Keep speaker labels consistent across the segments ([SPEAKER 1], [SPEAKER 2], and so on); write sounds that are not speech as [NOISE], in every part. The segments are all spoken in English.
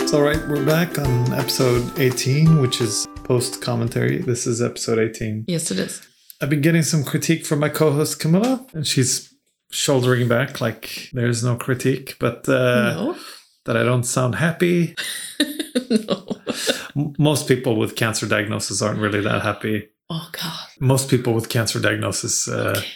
[SPEAKER 1] It's all right. We're back on episode 18, which is post commentary. This is episode 18.
[SPEAKER 2] Yes, it is.
[SPEAKER 1] I've been getting some critique from my co host Camilla, and she's shouldering back like there's no critique, but uh,
[SPEAKER 2] no, [LAUGHS]
[SPEAKER 1] that I don't sound happy.
[SPEAKER 2] no.
[SPEAKER 1] M- Most people with cancer diagnosis aren't really that happy.
[SPEAKER 2] Oh God.
[SPEAKER 1] Most people with cancer diagnosis uh,
[SPEAKER 2] Okay.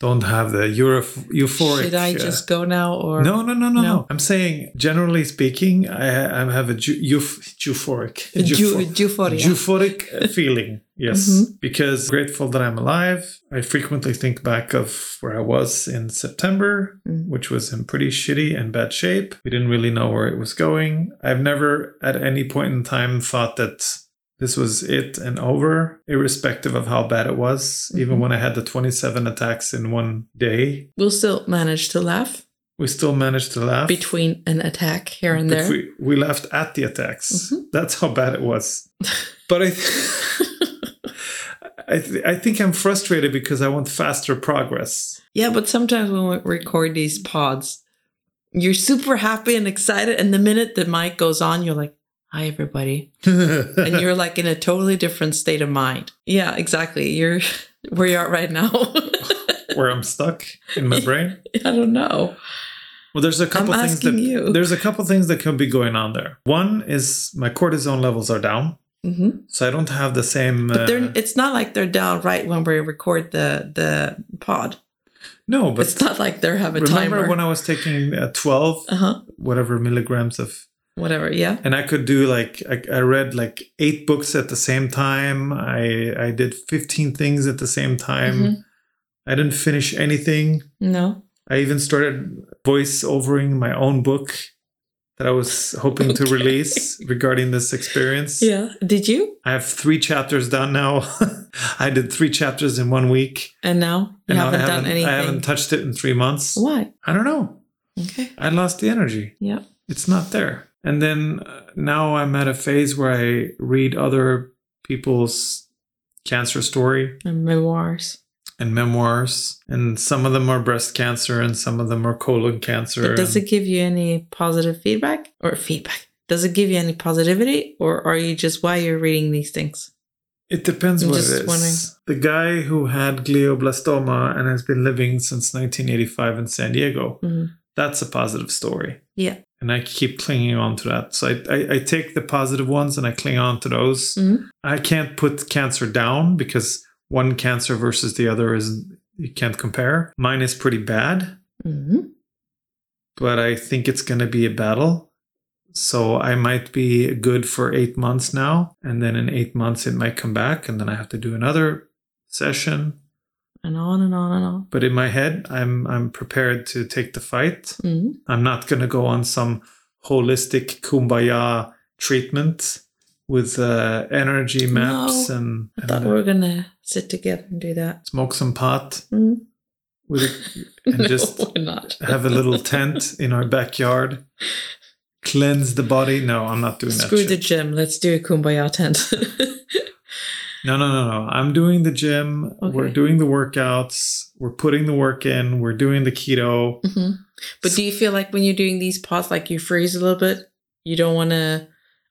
[SPEAKER 1] don't have the euphor- euphoric.
[SPEAKER 2] Should I
[SPEAKER 1] uh,
[SPEAKER 2] just go now, or
[SPEAKER 1] No, no, no, no,
[SPEAKER 2] No.
[SPEAKER 1] no. I'm saying, generally speaking, I, I have a ju- euph- euphoric,
[SPEAKER 2] Ju-
[SPEAKER 1] euphor-
[SPEAKER 2] Euphoria.
[SPEAKER 1] euphoric
[SPEAKER 2] [LAUGHS]
[SPEAKER 1] feeling. Yes,
[SPEAKER 2] Mhm.
[SPEAKER 1] because grateful that I'm alive. I frequently think back of where I was in September,
[SPEAKER 2] Mm.
[SPEAKER 1] which was in pretty shitty and bad shape. We didn't really know where it was going. I've never at any point in time thought that this was it and over, irrespective of how bad it was. Even
[SPEAKER 2] Mhm.
[SPEAKER 1] when I had the 27 attacks in one day,
[SPEAKER 2] We'll still manage to laugh
[SPEAKER 1] we still managed to laugh.
[SPEAKER 2] between an attack here and
[SPEAKER 1] But
[SPEAKER 2] there.
[SPEAKER 1] We, we laughed at the attacks.
[SPEAKER 2] Mhm.
[SPEAKER 1] That's how bad it
[SPEAKER 2] [LAUGHS]
[SPEAKER 1] was. But I, th- I, th- I think I'm frustrated because I want faster progress.
[SPEAKER 2] [LAUGHS] yeah, but sometimes when we record these pods, you're super happy and excited, and the minute the mic goes on, you're like, "Hi,
[SPEAKER 1] [LAUGHS]
[SPEAKER 2] everybody," [LAUGHS] and you're like in a totally different state of mind. Yeah, exactly. You're [LAUGHS] where you are right now. [LAUGHS]
[SPEAKER 1] Where I'm stuck in my brain.
[SPEAKER 2] I don't know.
[SPEAKER 1] Well, there's a couple things that
[SPEAKER 2] asking you.
[SPEAKER 1] there's a couple things that could be going on there. One is my cortisone levels are down,
[SPEAKER 2] hmm
[SPEAKER 1] so I don't have the same.
[SPEAKER 2] But
[SPEAKER 1] uh,
[SPEAKER 2] they're, it's not like they're down right when we record the the pod.
[SPEAKER 1] no, but
[SPEAKER 2] it's not like they are have a
[SPEAKER 1] remember
[SPEAKER 2] timer.
[SPEAKER 1] when I was taking uh, 12
[SPEAKER 2] uh huh.
[SPEAKER 1] whatever milligrams of
[SPEAKER 2] Whatever. Yeah.
[SPEAKER 1] and I could do like I, I read like eight books at the same time. I I did fifteen things at the same time.
[SPEAKER 2] Mhm.
[SPEAKER 1] I didn't finish anything.
[SPEAKER 2] No.
[SPEAKER 1] I even started voice overing my own book that I was hoping to
[SPEAKER 2] Okay.
[SPEAKER 1] release regarding this experience.
[SPEAKER 2] Yeah. Did you?
[SPEAKER 1] I have three chapters done now. [LAUGHS] I did three chapters in one week.
[SPEAKER 2] And now you
[SPEAKER 1] and now
[SPEAKER 2] haven't,
[SPEAKER 1] I
[SPEAKER 2] done anything.
[SPEAKER 1] I haven't touched it in three months.
[SPEAKER 2] Why?
[SPEAKER 1] I don't know.
[SPEAKER 2] Okay.
[SPEAKER 1] I lost the energy.
[SPEAKER 2] Yeah.
[SPEAKER 1] it's not there. And then uh, now I'm at a phase where I read other people's cancer story
[SPEAKER 2] And memoirs.
[SPEAKER 1] and memoirs, and some of them are breast cancer and some of them are colon cancer.
[SPEAKER 2] But does
[SPEAKER 1] and
[SPEAKER 2] it give you any positive feedback or feedback? Does it give you any positivity, or are you just why you're reading these things?
[SPEAKER 1] it depends
[SPEAKER 2] I'm
[SPEAKER 1] what it
[SPEAKER 2] just
[SPEAKER 1] is.
[SPEAKER 2] wondering.
[SPEAKER 1] The guy who had glioblastoma and has been living since 1985 in San Diego,
[SPEAKER 2] Mhm.
[SPEAKER 1] that's a positive story.
[SPEAKER 2] Yeah.
[SPEAKER 1] And I keep clinging on to that. So I, I, I take the positive ones and I cling on to those.
[SPEAKER 2] Mhm.
[SPEAKER 1] I can't put cancer down because one cancer versus the other is you can't compare. Mine is pretty bad,
[SPEAKER 2] Mhm.
[SPEAKER 1] but I think it's going to be a battle. So I might be good for 8 months now and then in 8 months it might come back and then I have to do another session,
[SPEAKER 2] And on and on and on.
[SPEAKER 1] but in my head I'm I'm prepared to take the fight.
[SPEAKER 2] Mhm.
[SPEAKER 1] I'm not going to go on some holistic kumbaya treatment with uh, energy maps and,
[SPEAKER 2] I thought
[SPEAKER 1] and
[SPEAKER 2] we were gonna sit together and do that.
[SPEAKER 1] smoke some pot
[SPEAKER 2] Mhm.
[SPEAKER 1] with it and
[SPEAKER 2] [LAUGHS] no,
[SPEAKER 1] just
[SPEAKER 2] we're
[SPEAKER 1] [LAUGHS]
[SPEAKER 2] not.
[SPEAKER 1] have a little tent in our backyard,
[SPEAKER 2] [LAUGHS]
[SPEAKER 1] cleanse the body. No, I'm not doing
[SPEAKER 2] Screw
[SPEAKER 1] that.
[SPEAKER 2] the
[SPEAKER 1] Shit.
[SPEAKER 2] gym. Let's do a kumbaya tent. [LAUGHS]
[SPEAKER 1] no, no, no, no. I'm doing the gym. We're
[SPEAKER 2] Okay.
[SPEAKER 1] doing the workouts. We're putting the work in. We're doing the keto.
[SPEAKER 2] Mhm. But do you feel like when you're doing these pods, like you freeze a little bit? You don't want to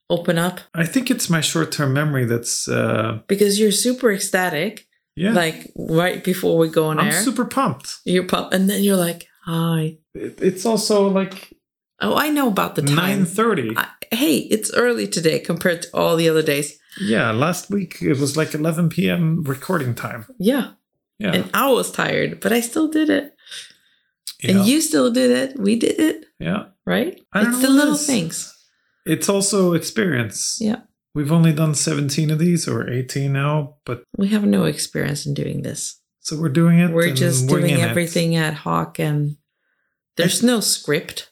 [SPEAKER 2] open up
[SPEAKER 1] I think it's my short term memory that's, uh,
[SPEAKER 2] because you're super ecstatic,
[SPEAKER 1] yeah.
[SPEAKER 2] like right before we go on
[SPEAKER 1] I'm
[SPEAKER 2] air.
[SPEAKER 1] super pumped.
[SPEAKER 2] you're pop, and then you're like, "Hi."
[SPEAKER 1] It, it's also like
[SPEAKER 2] Oh, I know about the time.
[SPEAKER 1] 9.30.
[SPEAKER 2] I, hey, it's early today compared to all the other days.
[SPEAKER 1] yeah, last week it was like 11 p.m. recording time.
[SPEAKER 2] Yeah,
[SPEAKER 1] Yeah.
[SPEAKER 2] and I was tired, but I still did it, and
[SPEAKER 1] yeah.
[SPEAKER 2] you still did it. We did it,
[SPEAKER 1] yeah.
[SPEAKER 2] right?
[SPEAKER 1] I don't
[SPEAKER 2] it's
[SPEAKER 1] know
[SPEAKER 2] the
[SPEAKER 1] what
[SPEAKER 2] little
[SPEAKER 1] it is.
[SPEAKER 2] things.
[SPEAKER 1] It's also experience.
[SPEAKER 2] Yeah.
[SPEAKER 1] We've only done 17 of these or 18 now, but
[SPEAKER 2] We have no experience in doing this.
[SPEAKER 1] so we're doing it.
[SPEAKER 2] We're
[SPEAKER 1] and
[SPEAKER 2] just
[SPEAKER 1] winging
[SPEAKER 2] doing
[SPEAKER 1] it.
[SPEAKER 2] everything ad hoc, and there's no script.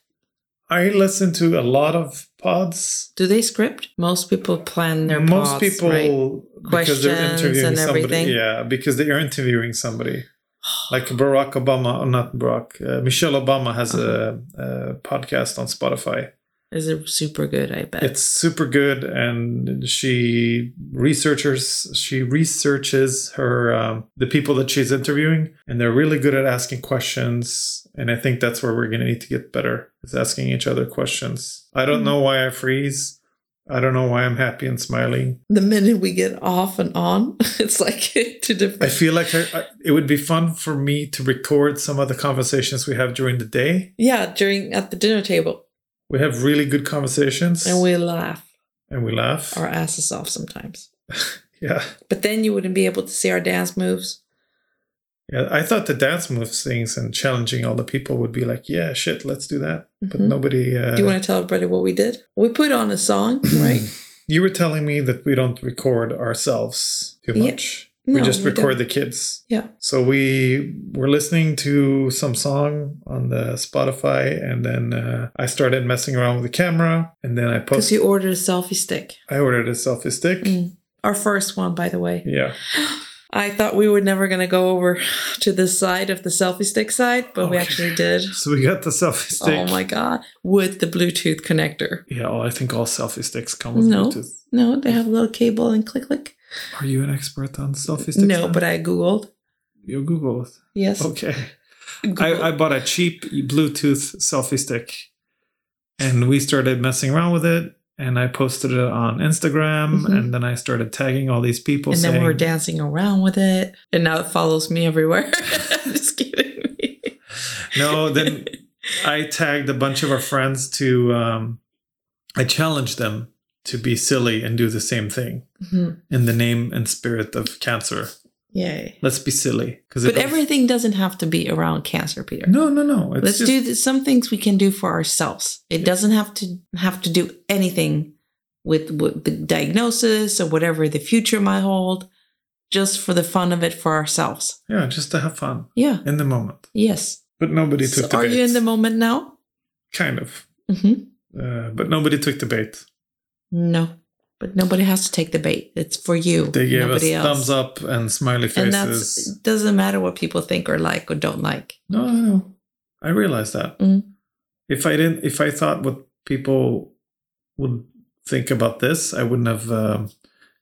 [SPEAKER 1] I listen to a lot of pods.
[SPEAKER 2] Do they script? Most people plan their
[SPEAKER 1] Most
[SPEAKER 2] pods,
[SPEAKER 1] people,
[SPEAKER 2] right?
[SPEAKER 1] because they're
[SPEAKER 2] Questions
[SPEAKER 1] interviewing
[SPEAKER 2] and
[SPEAKER 1] somebody.
[SPEAKER 2] everything.
[SPEAKER 1] Yeah, because they are interviewing
[SPEAKER 2] [SIGHS]
[SPEAKER 1] somebody. Like Barack oh,
[SPEAKER 2] Uh-huh.
[SPEAKER 1] Obama, or not Barack, uh, Michelle Obama has a, a podcast on Spotify.
[SPEAKER 2] Is it super good? I bet.
[SPEAKER 1] It's super good, and she researchers she researches her um, the people that she's interviewing, and they're really good at asking questions. And I think that's where we're gonna need to get better is asking each other questions. I
[SPEAKER 2] Hmm.
[SPEAKER 1] don't know why I freeze. I don't know why I'm happy and smiling.
[SPEAKER 2] the minute we get off and on, [LAUGHS] it's like two different.
[SPEAKER 1] I feel like I, I, it would be fun for me to record some of the conversations we have during the day.
[SPEAKER 2] yeah, during at the dinner table,
[SPEAKER 1] We have really good conversations,
[SPEAKER 2] and we laugh
[SPEAKER 1] and we laugh.
[SPEAKER 2] our asses off sometimes.
[SPEAKER 1] Yeah,
[SPEAKER 2] But then you wouldn't be able to see our dance moves.
[SPEAKER 1] yeah. I thought the dance moves things and challenging all the people would be like, yeah, shit, let's do that. But
[SPEAKER 2] Mhm.
[SPEAKER 1] nobody. Uh,
[SPEAKER 2] Do you want to tell everybody what we did? We put on a song,
[SPEAKER 1] [CLEARS THROAT]
[SPEAKER 2] right?
[SPEAKER 1] you were telling me that we don't record ourselves too
[SPEAKER 2] Yeah.
[SPEAKER 1] much. we
[SPEAKER 2] No,
[SPEAKER 1] just
[SPEAKER 2] we
[SPEAKER 1] record
[SPEAKER 2] don't.
[SPEAKER 1] the kids.
[SPEAKER 2] Yeah.
[SPEAKER 1] So we were listening to some song on the Spotify, and then uh, I started messing around with the camera, and then I
[SPEAKER 2] Because
[SPEAKER 1] posted.
[SPEAKER 2] you ordered a selfie
[SPEAKER 1] [CLEARS THROAT]
[SPEAKER 2] stick.
[SPEAKER 1] I ordered a selfie stick.
[SPEAKER 2] Mm. Our first one, by the way.
[SPEAKER 1] Yeah.
[SPEAKER 2] I thought we were never going to go over to this side of the selfie stick side, but we
[SPEAKER 1] Okay.
[SPEAKER 2] actually did.
[SPEAKER 1] So we got the selfie stick.
[SPEAKER 2] Oh my God. With the Bluetooth connector.
[SPEAKER 1] Yeah, well, I think all selfie sticks come with
[SPEAKER 2] No.
[SPEAKER 1] Bluetooth.
[SPEAKER 2] No, they have a little cable and click click.
[SPEAKER 1] Are you an expert on selfie sticks?
[SPEAKER 2] No, but I Googled.
[SPEAKER 1] you
[SPEAKER 2] [LAUGHS]
[SPEAKER 1] Google it.
[SPEAKER 2] Yes.
[SPEAKER 1] Okay.
[SPEAKER 2] Googled.
[SPEAKER 1] Oh, I, I bought a cheap Bluetooth selfie stick and we started messing around with it. And I posted it on Instagram
[SPEAKER 2] Mhm.
[SPEAKER 1] and then I started tagging all these people
[SPEAKER 2] and
[SPEAKER 1] saying,
[SPEAKER 2] then we were dancing around with it. And now it follows me everywhere. [LAUGHS] I'm just kidding.
[SPEAKER 1] No,
[SPEAKER 2] [LAUGHS]
[SPEAKER 1] then I tagged a bunch of our friends to, um, I challenged them to be silly and do the same thing
[SPEAKER 2] Mhm.
[SPEAKER 1] in the name and spirit of cancer.
[SPEAKER 2] Yay.
[SPEAKER 1] Let's be silly. Cause it
[SPEAKER 2] But
[SPEAKER 1] goes-
[SPEAKER 2] everything doesn't have to be around cancer, Peter.
[SPEAKER 1] No, no, no. It's
[SPEAKER 2] Let's
[SPEAKER 1] just-
[SPEAKER 2] do th- some things we can do for ourselves. It doesn't have to have to do anything with, with the diagnosis or whatever the future might hold. Just for the fun of it, for ourselves.
[SPEAKER 1] Yeah, just to have fun
[SPEAKER 2] Yeah.
[SPEAKER 1] in the moment.
[SPEAKER 2] Yes.
[SPEAKER 1] But nobody
[SPEAKER 2] So
[SPEAKER 1] took the
[SPEAKER 2] are
[SPEAKER 1] bait.
[SPEAKER 2] you in the moment now?
[SPEAKER 1] kind of.
[SPEAKER 2] hmm
[SPEAKER 1] Uh, but nobody took the bait.
[SPEAKER 2] No. But nobody has to take the bait. It's for you.
[SPEAKER 1] They gave
[SPEAKER 2] nobody
[SPEAKER 1] us
[SPEAKER 2] else.
[SPEAKER 1] thumbs up and smiley faces.
[SPEAKER 2] and that's it doesn't matter what people think or like or don't like.
[SPEAKER 1] No, no, no. I realized that.
[SPEAKER 2] Mm.
[SPEAKER 1] If I didn't, if I thought what people would think about this, I wouldn't have um,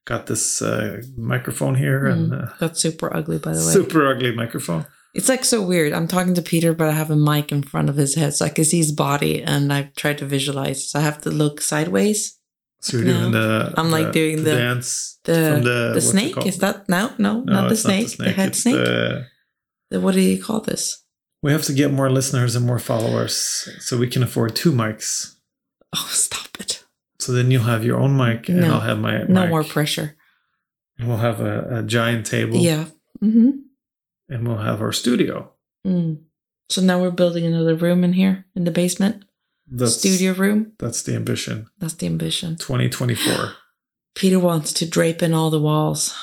[SPEAKER 1] got this uh, microphone here and uh,
[SPEAKER 2] That's super ugly, Mm-hmm. by the way.
[SPEAKER 1] super ugly microphone.
[SPEAKER 2] It's like so weird. I'm talking to Peter, but I have a mic in front of his head, so I can see his body, and I've tried to visualize. So I have to look sideways.
[SPEAKER 1] So you're
[SPEAKER 2] No.
[SPEAKER 1] doing the.
[SPEAKER 2] I'm, like, doing the-
[SPEAKER 1] dance. from
[SPEAKER 2] The
[SPEAKER 1] the
[SPEAKER 2] Uh, the
[SPEAKER 1] what's it
[SPEAKER 2] snake
[SPEAKER 1] called?
[SPEAKER 2] is that no no,
[SPEAKER 1] No,
[SPEAKER 2] not, the
[SPEAKER 1] it's
[SPEAKER 2] snake, the head
[SPEAKER 1] It's
[SPEAKER 2] snake.
[SPEAKER 1] the-
[SPEAKER 2] The- what do you call this?
[SPEAKER 1] we have to get more listeners and more followers so we can afford two mics.
[SPEAKER 2] Oh, [LAUGHS] stop it!
[SPEAKER 1] So then you'll have your own mic, and
[SPEAKER 2] No.
[SPEAKER 1] I'll have my
[SPEAKER 2] No
[SPEAKER 1] mic.
[SPEAKER 2] more pressure.
[SPEAKER 1] And we'll have a, a giant table,
[SPEAKER 2] Yeah. hmm
[SPEAKER 1] and we'll have our studio.
[SPEAKER 2] Mm. So now we're building another room in here in the basement
[SPEAKER 1] That's,
[SPEAKER 2] studio room.
[SPEAKER 1] That's the ambition.
[SPEAKER 2] That's the ambition. [SIGHS]
[SPEAKER 1] 2024.
[SPEAKER 2] Peter wants to drape in all the walls.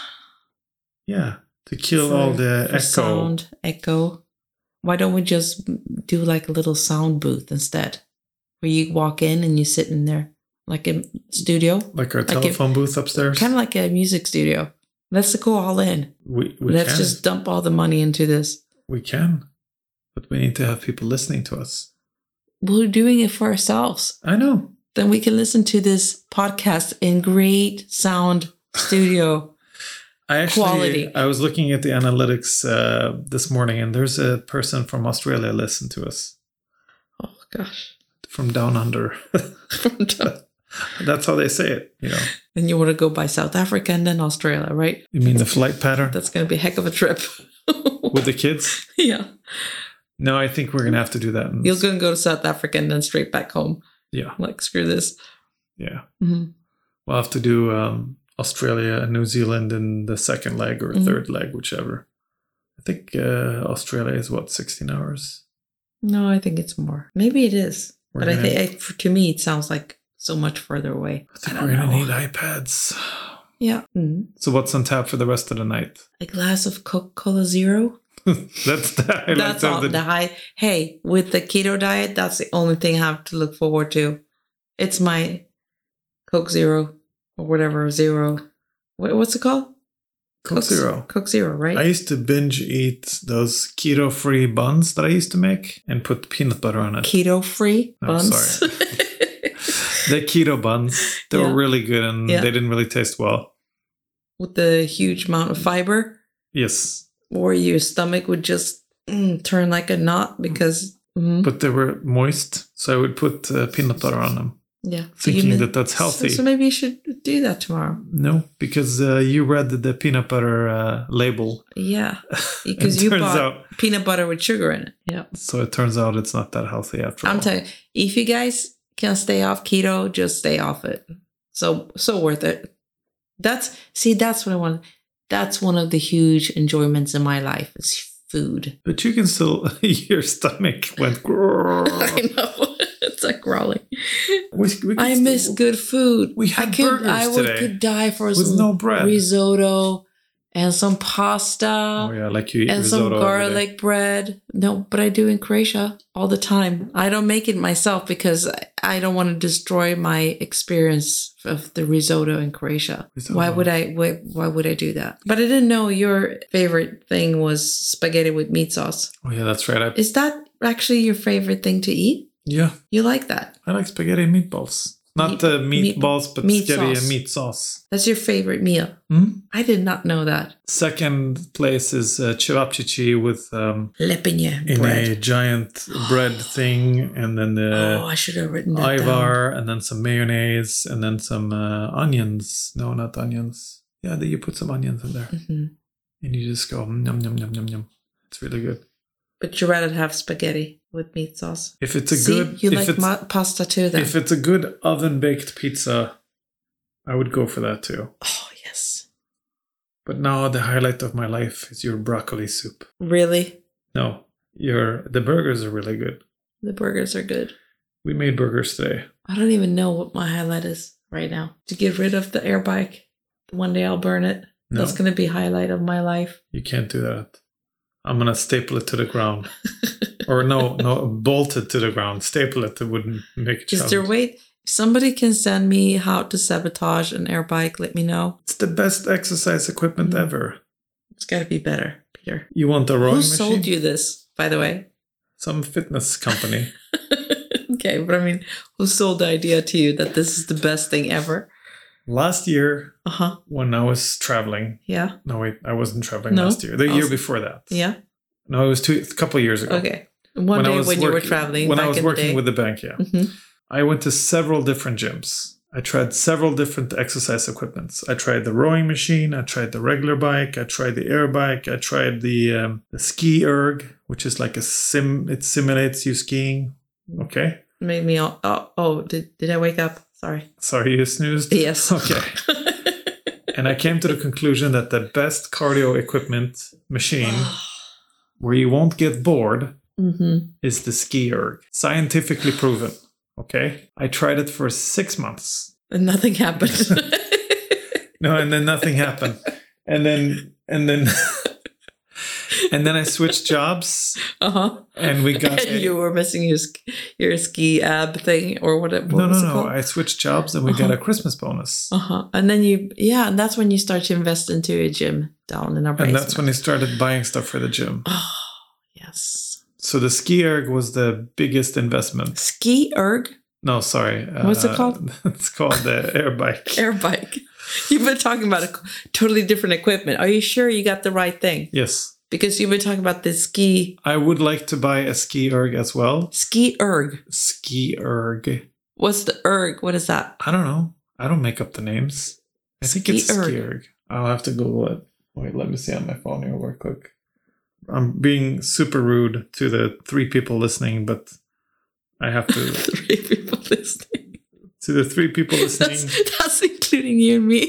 [SPEAKER 1] yeah, to kill
[SPEAKER 2] for-
[SPEAKER 1] all the
[SPEAKER 2] for
[SPEAKER 1] echo.
[SPEAKER 2] sound echo. Why don't we just do like a little sound booth instead, where you walk in and you sit in there like a studio,
[SPEAKER 1] Like our
[SPEAKER 2] Like if-
[SPEAKER 1] telephone booth upstairs.
[SPEAKER 2] kind of like a music studio. Let's go all in.
[SPEAKER 1] we we
[SPEAKER 2] Let's
[SPEAKER 1] can.
[SPEAKER 2] just dump all the money into this.
[SPEAKER 1] we can, but we need to have people listening to us.
[SPEAKER 2] We're doing it for ourselves.
[SPEAKER 1] I know.
[SPEAKER 2] Then we can listen to this podcast in great sound
[SPEAKER 1] [LAUGHS]
[SPEAKER 2] studio.
[SPEAKER 1] I actually
[SPEAKER 2] Quality.
[SPEAKER 1] I was looking at the analytics uh, this morning, and there's a person from Australia listened to us
[SPEAKER 2] oh gosh. [LAUGHS]
[SPEAKER 1] from down under. [LAUGHS] That's how they say it. You know,
[SPEAKER 2] and you want to go by South Africa and then Australia, right?
[SPEAKER 1] you mean the flight pattern
[SPEAKER 2] That's going to be a heck of a trip. [LAUGHS]
[SPEAKER 1] with the kids?
[SPEAKER 2] yeah.
[SPEAKER 1] No, I think we're gonna have to do that. in-
[SPEAKER 2] You're going to go to South Africa and then straight back home.
[SPEAKER 1] yeah,
[SPEAKER 2] Like, screw this.
[SPEAKER 1] yeah.
[SPEAKER 2] Mhm.
[SPEAKER 1] We'll have to do um, Australia and New Zealand in the second leg or
[SPEAKER 2] Mhm.
[SPEAKER 1] third leg, whichever. I think uh, Australia is what sixteen hours.
[SPEAKER 2] No, I think it's more. Maybe it is.
[SPEAKER 1] We're
[SPEAKER 2] but I
[SPEAKER 1] gonna-
[SPEAKER 2] think, I, for, to me, it sounds like so much further away.
[SPEAKER 1] I think
[SPEAKER 2] I
[SPEAKER 1] we're
[SPEAKER 2] don't
[SPEAKER 1] gonna
[SPEAKER 2] know.
[SPEAKER 1] need iPads.
[SPEAKER 2] Yeah. Mhm.
[SPEAKER 1] So what's on tap for the rest of the night? [LAUGHS]
[SPEAKER 2] A glass of Coca Cola Zero.
[SPEAKER 1] that's the highlight
[SPEAKER 2] that's
[SPEAKER 1] of
[SPEAKER 2] all
[SPEAKER 1] the,
[SPEAKER 2] the high. Hey, with the keto diet, that's the only thing I have to look forward to. It's my Coke Zero or whatever Zero. What, what's it called?
[SPEAKER 1] Coke Zero.
[SPEAKER 2] Coke Zero, right?
[SPEAKER 1] I used to binge eat those keto-free
[SPEAKER 2] [LAUGHS]
[SPEAKER 1] buns that I used to make and put peanut butter on it.
[SPEAKER 2] keto free
[SPEAKER 1] I'm
[SPEAKER 2] buns. [LAUGHS]
[SPEAKER 1] sorry. the keto buns. They
[SPEAKER 2] Yeah.
[SPEAKER 1] were really good and
[SPEAKER 2] Yeah.
[SPEAKER 1] they didn't really taste well.
[SPEAKER 2] with the huge amount of fiber,
[SPEAKER 1] Yes.
[SPEAKER 2] or your stomach would just mm, turn like a knot because mhm.
[SPEAKER 1] But they were moist. So I would put uh, peanut butter on them,
[SPEAKER 2] yeah, So you
[SPEAKER 1] thinking
[SPEAKER 2] may-
[SPEAKER 1] that that's healthy.
[SPEAKER 2] So, so maybe you should do that tomorrow.
[SPEAKER 1] no, because uh, you read the peanut butter uh, label. [LAUGHS]
[SPEAKER 2] Yeah,
[SPEAKER 1] It
[SPEAKER 2] because you
[SPEAKER 1] turns
[SPEAKER 2] bought
[SPEAKER 1] out-
[SPEAKER 2] peanut butter with sugar in it. Yeah,
[SPEAKER 1] So it turns out it's not that healthy after all.
[SPEAKER 2] I'm telling you, if you guys can stay off keto, just stay off it. So so worth it. That's see, that's what I want. That's one of the huge enjoyments in my life is food.
[SPEAKER 1] But you can still, [LAUGHS] your stomach went.
[SPEAKER 2] [LAUGHS] I
[SPEAKER 1] grrrr.
[SPEAKER 2] know [LAUGHS] it's like crawling.
[SPEAKER 1] [LAUGHS] we, we can
[SPEAKER 2] I
[SPEAKER 1] still-
[SPEAKER 2] miss good food.
[SPEAKER 1] We had
[SPEAKER 2] I could
[SPEAKER 1] burgers
[SPEAKER 2] I would
[SPEAKER 1] today
[SPEAKER 2] could die for
[SPEAKER 1] with
[SPEAKER 2] some
[SPEAKER 1] no bread.
[SPEAKER 2] risotto and some pasta
[SPEAKER 1] oh yeah, like you eat
[SPEAKER 2] and
[SPEAKER 1] risotto
[SPEAKER 2] some
[SPEAKER 1] every day.
[SPEAKER 2] garlic bread. No, but I do in Croatia all the time. I don't make it myself because I- I don't want to destroy my experience of the risotto in Croatia.
[SPEAKER 1] Risotto.
[SPEAKER 2] Why would I? Why, why would I do that? But I didn't know your favorite thing was spaghetti with meat sauce.
[SPEAKER 1] Oh yeah, that's right. I,
[SPEAKER 2] Is that actually your favorite thing to eat?
[SPEAKER 1] yeah,
[SPEAKER 2] You like that?
[SPEAKER 1] I like spaghetti and meatballs. Not
[SPEAKER 2] Meat-
[SPEAKER 1] uh, meatballs, but
[SPEAKER 2] meat
[SPEAKER 1] spaghetti
[SPEAKER 2] sauce.
[SPEAKER 1] and meat sauce.
[SPEAKER 2] That's your favorite meal.
[SPEAKER 1] Hmm?
[SPEAKER 2] I did not know that.
[SPEAKER 1] Second place is uh, cevapcici with um,
[SPEAKER 2] Lepinje
[SPEAKER 1] in
[SPEAKER 2] bread.
[SPEAKER 1] a giant
[SPEAKER 2] [SIGHS]
[SPEAKER 1] bread thing, and then
[SPEAKER 2] oh,
[SPEAKER 1] the
[SPEAKER 2] I should have written that down.
[SPEAKER 1] uh, ivar, and then some mayonnaise, and then some uh, onions. No, not onions. Yeah, that you put some onions in there,
[SPEAKER 2] Mhm.
[SPEAKER 1] and you just go mm, yum yum yum yum yum. It's really good.
[SPEAKER 2] But you rather have spaghetti with meat sauce.
[SPEAKER 1] If it's a
[SPEAKER 2] See,
[SPEAKER 1] good,
[SPEAKER 2] You
[SPEAKER 1] if
[SPEAKER 2] like
[SPEAKER 1] it's-
[SPEAKER 2] ma- pasta too, then.
[SPEAKER 1] If it's a good oven baked pizza, I would go for that too.
[SPEAKER 2] oh yes,
[SPEAKER 1] But now the highlight of my life is your broccoli soup.
[SPEAKER 2] really?
[SPEAKER 1] No, your the burgers are really good.
[SPEAKER 2] The burgers are good.
[SPEAKER 1] We made burgers today.
[SPEAKER 2] I don't even know what my highlight is right now. To get rid of the air bike, one day I'll burn it.
[SPEAKER 1] No,
[SPEAKER 2] That's gonna be highlight of my life.
[SPEAKER 1] you can't do that. I'm gonna staple it to the
[SPEAKER 2] [LAUGHS]
[SPEAKER 1] ground, or no, no, bolt it to the ground. Staple it. It wouldn't make it.
[SPEAKER 2] Is there
[SPEAKER 1] sound.
[SPEAKER 2] wait? If somebody can send me how to sabotage an air bike, let me know.
[SPEAKER 1] It's the best exercise equipment
[SPEAKER 2] Mm.
[SPEAKER 1] ever.
[SPEAKER 2] It's gotta be better, Peter.
[SPEAKER 1] You want a
[SPEAKER 2] Who
[SPEAKER 1] rowing machine?
[SPEAKER 2] sold you this, by the way? [LAUGHS]
[SPEAKER 1] Some fitness company.
[SPEAKER 2] okay, but I mean, who sold the idea to you that this is the best thing ever?
[SPEAKER 1] Last year,
[SPEAKER 2] Uh huh.
[SPEAKER 1] when I was traveling,
[SPEAKER 2] Yeah.
[SPEAKER 1] No, wait, I wasn't traveling
[SPEAKER 2] No?
[SPEAKER 1] last year. The
[SPEAKER 2] I
[SPEAKER 1] year
[SPEAKER 2] was-
[SPEAKER 1] before that.
[SPEAKER 2] Yeah.
[SPEAKER 1] No, it was two, a couple years ago.
[SPEAKER 2] Okay. One day when you were
[SPEAKER 1] work-
[SPEAKER 2] traveling,
[SPEAKER 1] when
[SPEAKER 2] back
[SPEAKER 1] I was
[SPEAKER 2] in
[SPEAKER 1] working
[SPEAKER 2] the day.
[SPEAKER 1] with the bank, yeah,
[SPEAKER 2] Mhm.
[SPEAKER 1] I went to several different gyms. I tried several different exercise equipments. I tried the rowing machine. I tried the regular bike. I tried the air bike. I tried the, um, the ski erg, which is like a sim. It simulates you skiing. Okay,
[SPEAKER 2] made me all oh, oh did, did i wake up sorry
[SPEAKER 1] sorry you snoozed.
[SPEAKER 2] yes
[SPEAKER 1] [LAUGHS] Okay.
[SPEAKER 2] [LAUGHS]
[SPEAKER 1] And I came to the conclusion that the best cardio equipment machine, where you won't get bored,
[SPEAKER 2] hmm
[SPEAKER 1] is the ski erg. Scientifically proven. Okay. I tried it for six months.
[SPEAKER 2] and nothing happened [LAUGHS]
[SPEAKER 1] No, and then nothing happened. And then and then [LAUGHS] and then I switched jobs
[SPEAKER 2] uh-huh
[SPEAKER 1] and we got
[SPEAKER 2] and
[SPEAKER 1] a-
[SPEAKER 2] [LAUGHS] you were missing your sk- your ski ab thing or what, it- what
[SPEAKER 1] No no
[SPEAKER 2] was it
[SPEAKER 1] no.
[SPEAKER 2] called
[SPEAKER 1] I switched jobs and we got a Christmas bonus.
[SPEAKER 2] uh-huh and then you yeah and that's when you start to invest into a gym down in our
[SPEAKER 1] And
[SPEAKER 2] basement
[SPEAKER 1] that's when I started buying stuff for the gym.
[SPEAKER 2] oh yes
[SPEAKER 1] So the ski erg was the biggest investment.
[SPEAKER 2] ski erg
[SPEAKER 1] No, sorry. uh,
[SPEAKER 2] What's it called?
[SPEAKER 1] [LAUGHS] It's called
[SPEAKER 2] [LAUGHS]
[SPEAKER 1] the air bike.
[SPEAKER 2] air bike [LAUGHS] you've been talking about a totally different equipment are you sure you got the right thing
[SPEAKER 1] Yes.
[SPEAKER 2] because you've been talking about the ski
[SPEAKER 1] I would like to buy a ski erg as well.
[SPEAKER 2] ski erg
[SPEAKER 1] Ski erg.
[SPEAKER 2] what's the erg what is that [LAUGHS]
[SPEAKER 1] I don't know. I don't make up the names. I think it's
[SPEAKER 2] Skierg.
[SPEAKER 1] Skierg. I'll have to Google it. Wait, let me see on my phone here real quick. I'm being super rude to the three people listening, but I have
[SPEAKER 2] [LAUGHS]
[SPEAKER 1] to
[SPEAKER 2] three people listening.
[SPEAKER 1] to the three people
[SPEAKER 2] That's, [LAUGHS]
[SPEAKER 1] listening,
[SPEAKER 2] that's including you and me.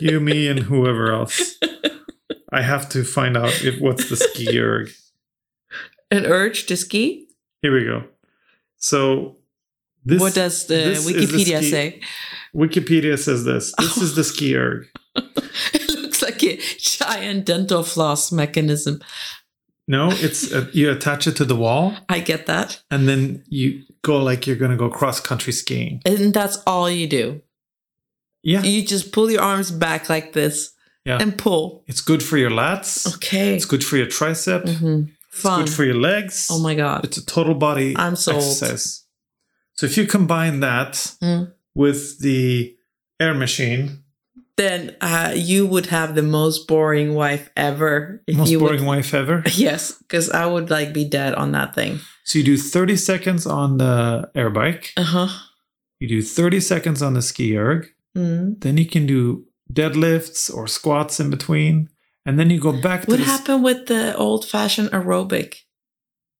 [SPEAKER 1] you, me, and whoever else. I have to find out if what's the Skierg.
[SPEAKER 2] An urge to ski?
[SPEAKER 1] Here we go. So this
[SPEAKER 2] what does the
[SPEAKER 1] this is the
[SPEAKER 2] Wikipedia
[SPEAKER 1] ski-
[SPEAKER 2] say? [LAUGHS]
[SPEAKER 1] Wikipedia says this. This is the Skierg.
[SPEAKER 2] It looks like a giant dental floss mechanism.
[SPEAKER 1] No, it's uh you attach it to the wall.
[SPEAKER 2] I get that.
[SPEAKER 1] and then you go like you're gonna go cross country skiing.
[SPEAKER 2] And that's all you do.
[SPEAKER 1] Yeah,
[SPEAKER 2] You just pull your arms back like this
[SPEAKER 1] Yeah.
[SPEAKER 2] and pull.
[SPEAKER 1] it's good for your lats.
[SPEAKER 2] Okay.
[SPEAKER 1] It's good for your tricep.
[SPEAKER 2] Mhm. Fun.
[SPEAKER 1] It's good for your legs.
[SPEAKER 2] oh my God.
[SPEAKER 1] It's a total body
[SPEAKER 2] I'm sold.
[SPEAKER 1] exercise. So if you combine that
[SPEAKER 2] Mm.
[SPEAKER 1] with the air machine.
[SPEAKER 2] Then uh, you would have the most boring wife ever. If
[SPEAKER 1] Most
[SPEAKER 2] you
[SPEAKER 1] boring
[SPEAKER 2] would,
[SPEAKER 1] wife ever.
[SPEAKER 2] [LAUGHS] Yes, because I would like be dead on that thing.
[SPEAKER 1] So you do 30 seconds on the air bike.
[SPEAKER 2] Uh huh.
[SPEAKER 1] You do 30 seconds on the ski erg.
[SPEAKER 2] Mm.
[SPEAKER 1] Then you can do deadlifts or squats in between. And then you go back to
[SPEAKER 2] What
[SPEAKER 1] the-
[SPEAKER 2] happened with the old fashioned aerobic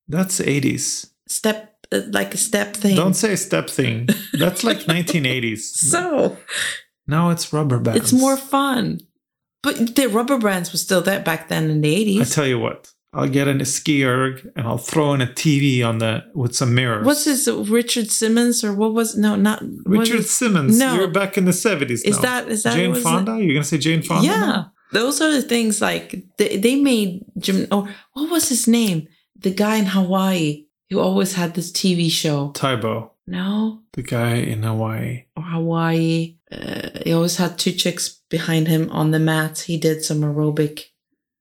[SPEAKER 1] That's 80s.
[SPEAKER 2] step, uh, like a step thing?
[SPEAKER 1] Don't say step thing. That's
[SPEAKER 2] [LAUGHS]
[SPEAKER 1] like 1980s.
[SPEAKER 2] so
[SPEAKER 1] now it's rubber bands.
[SPEAKER 2] it's more fun. But the rubber bands were still there back then in the
[SPEAKER 1] I
[SPEAKER 2] 80s.
[SPEAKER 1] tell you what, I'll get in a ski erg and I'll throw in a TV on the with some mirrors.
[SPEAKER 2] What's his uh, Richard Simmons or what was no not what
[SPEAKER 1] Richard
[SPEAKER 2] is-
[SPEAKER 1] Simmons?
[SPEAKER 2] No.
[SPEAKER 1] you're back in the seventies.
[SPEAKER 2] Is
[SPEAKER 1] now.
[SPEAKER 2] that is that
[SPEAKER 1] Jane
[SPEAKER 2] was it?
[SPEAKER 1] Fonda? You're gonna say Jane Fonda?
[SPEAKER 2] yeah,
[SPEAKER 1] now?
[SPEAKER 2] those are the things like they, they made Jim. Or what was his name? The guy in Hawaii who always had this TV show.
[SPEAKER 1] Tybo,
[SPEAKER 2] No,
[SPEAKER 1] the guy in Hawaii.
[SPEAKER 2] or Hawaii. Uh, he always had two chicks behind him on the mat. He did some aerobic,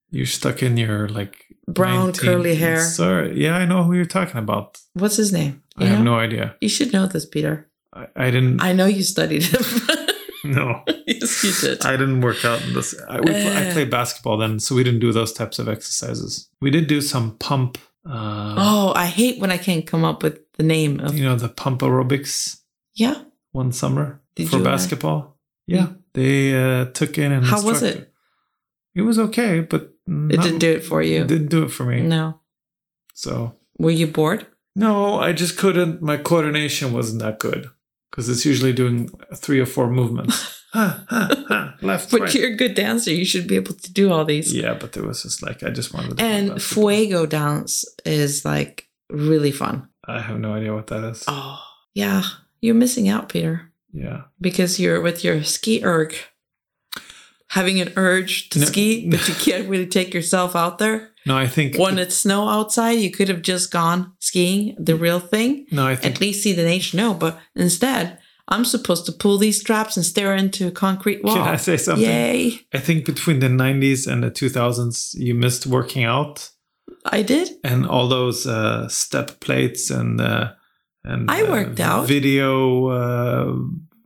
[SPEAKER 1] You're stuck in your like
[SPEAKER 2] brown
[SPEAKER 1] 19
[SPEAKER 2] curly hair.
[SPEAKER 1] Sorry, yeah, I know who you're talking about.
[SPEAKER 2] What's his name? You
[SPEAKER 1] I have
[SPEAKER 2] know?
[SPEAKER 1] no idea.
[SPEAKER 2] You should know this, Peter.
[SPEAKER 1] I, I didn't. [LAUGHS]
[SPEAKER 2] I know you studied him. [LAUGHS]
[SPEAKER 1] no.
[SPEAKER 2] yes, you did.
[SPEAKER 1] I uh, didn't work out in this. I, we, pl- I
[SPEAKER 2] Uh.
[SPEAKER 1] played basketball then, so we didn't do those types of exercises. We did do some pump. Uh,
[SPEAKER 2] oh, I hate when I can't come up with the name of.
[SPEAKER 1] You know the pump aerobics
[SPEAKER 2] Yeah.
[SPEAKER 1] one summer
[SPEAKER 2] Did
[SPEAKER 1] for
[SPEAKER 2] you, uh,
[SPEAKER 1] basketball. yeah, they uh, took in and
[SPEAKER 2] How was it?
[SPEAKER 1] It was okay, but
[SPEAKER 2] It didn't do it for you.
[SPEAKER 1] It didn't do it for me.
[SPEAKER 2] No.
[SPEAKER 1] So
[SPEAKER 2] Were you bored?
[SPEAKER 1] no, I just couldn't. My coordination wasn't that good because it's usually doing three or four
[SPEAKER 2] [LAUGHS]
[SPEAKER 1] movements. [LAUGHS] ha, ha, ha, left,
[SPEAKER 2] But
[SPEAKER 1] right.
[SPEAKER 2] you're a good dancer. You should be able to do all these.
[SPEAKER 1] Yeah, but there was just like I just wanted. to play
[SPEAKER 2] and
[SPEAKER 1] basketball.
[SPEAKER 2] fuego dance is like really fun.
[SPEAKER 1] I have no idea what that is.
[SPEAKER 2] Oh, yeah. You're missing out, Peter,
[SPEAKER 1] Yeah.
[SPEAKER 2] because you're with your ski erg, having an urge to
[SPEAKER 1] No.
[SPEAKER 2] ski, but you can't really take yourself out there.
[SPEAKER 1] No, I think.
[SPEAKER 2] When it's snow outside, you could have just gone skiing, the real thing,
[SPEAKER 1] no, I
[SPEAKER 2] at
[SPEAKER 1] think.
[SPEAKER 2] least see the nature. No, but instead, I'm supposed to pull these straps and stare into a concrete wall.
[SPEAKER 1] Can I say something?
[SPEAKER 2] Yay.
[SPEAKER 1] I think between the 90s and the 2000s, you missed working out
[SPEAKER 2] I did.
[SPEAKER 1] and all those uh, step plates and uh, and
[SPEAKER 2] I
[SPEAKER 1] uh,
[SPEAKER 2] worked out.
[SPEAKER 1] video uh,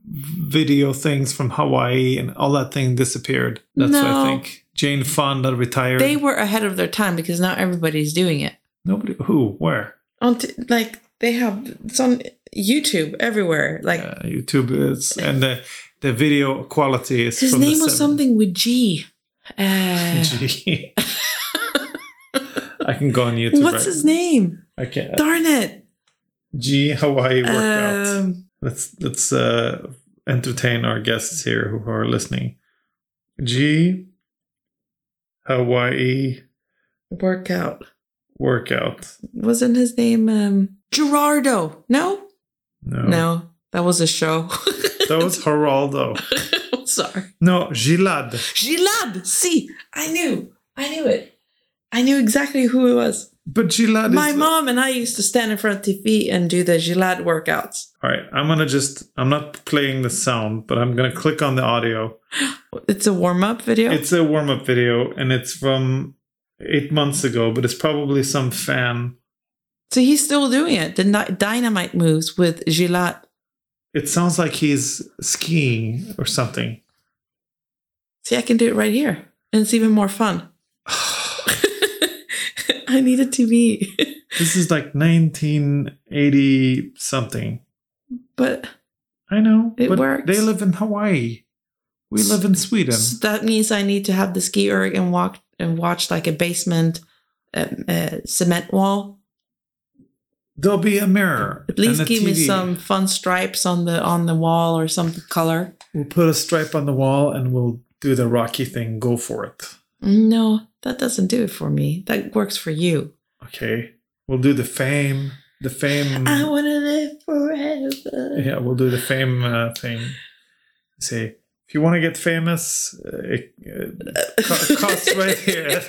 [SPEAKER 1] video things from Hawaii and all that thing disappeared. That's what I
[SPEAKER 2] No.
[SPEAKER 1] think. Jane Fonda retired.
[SPEAKER 2] They were ahead of their time because now everybody's doing it.
[SPEAKER 1] Nobody who where
[SPEAKER 2] on t- like they have it's on YouTube everywhere. Like
[SPEAKER 1] uh, YouTube is and the the video quality is
[SPEAKER 2] his
[SPEAKER 1] from the
[SPEAKER 2] name was
[SPEAKER 1] 70s.
[SPEAKER 2] something with G.
[SPEAKER 1] [LAUGHS]
[SPEAKER 2] Uh, [LAUGHS]
[SPEAKER 1] Gee. I can go on YouTube.
[SPEAKER 2] what's his name?
[SPEAKER 1] I can't.
[SPEAKER 2] Darn it!
[SPEAKER 1] G Hawaii workout.
[SPEAKER 2] Um,
[SPEAKER 1] let's let's uh, entertain our guests here who are listening. G Hawaii
[SPEAKER 2] workout
[SPEAKER 1] workout.
[SPEAKER 2] wasn't his name. Um, Gerardo? No,
[SPEAKER 1] No,
[SPEAKER 2] no, that was a show. [LAUGHS]
[SPEAKER 1] that was Geraldo.
[SPEAKER 2] I'm sorry,
[SPEAKER 1] No, Gilad.
[SPEAKER 2] Gilad. See, I knew, I knew it. I knew exactly who it was.
[SPEAKER 1] But Gilad.
[SPEAKER 2] My
[SPEAKER 1] is,
[SPEAKER 2] mom and I used to stand in front of TV and do the Gilad workouts.
[SPEAKER 1] All right, I'm gonna just. I'm not playing the sound, but I'm gonna click on the audio.
[SPEAKER 2] It's a warm up video.
[SPEAKER 1] It's a warm up video, and it's from eight months ago, but it's probably some fan.
[SPEAKER 2] So he's still doing it. The ni- dynamite moves with Gillette.
[SPEAKER 1] It sounds like he's skiing or something.
[SPEAKER 2] See, I can do it right here. And it's even more fun. [LAUGHS] I need it to be.
[SPEAKER 1] This is like 1980 something.
[SPEAKER 2] [LAUGHS] but
[SPEAKER 1] I know.
[SPEAKER 2] It
[SPEAKER 1] but
[SPEAKER 2] works.
[SPEAKER 1] They live in Hawaii. We live in Sweden.
[SPEAKER 2] so that means I need to have the ski erg and walk and watch like a basement um, uh, cement wall.
[SPEAKER 1] There'll be a mirror.
[SPEAKER 2] At least
[SPEAKER 1] and a
[SPEAKER 2] give me
[SPEAKER 1] TV.
[SPEAKER 2] some fun stripes on the on the wall or some color.
[SPEAKER 1] We'll put a stripe on the wall and we'll do the Rocky thing. Go for it.
[SPEAKER 2] No, that doesn't do it for me. That works for you.
[SPEAKER 1] Okay. We'll do the fame. The fame.
[SPEAKER 2] I want to live forever.
[SPEAKER 1] yeah, we'll do the fame uh, thing. Say, if you want to get famous, uh, it, uh,
[SPEAKER 2] [LAUGHS]
[SPEAKER 1] co- costs right here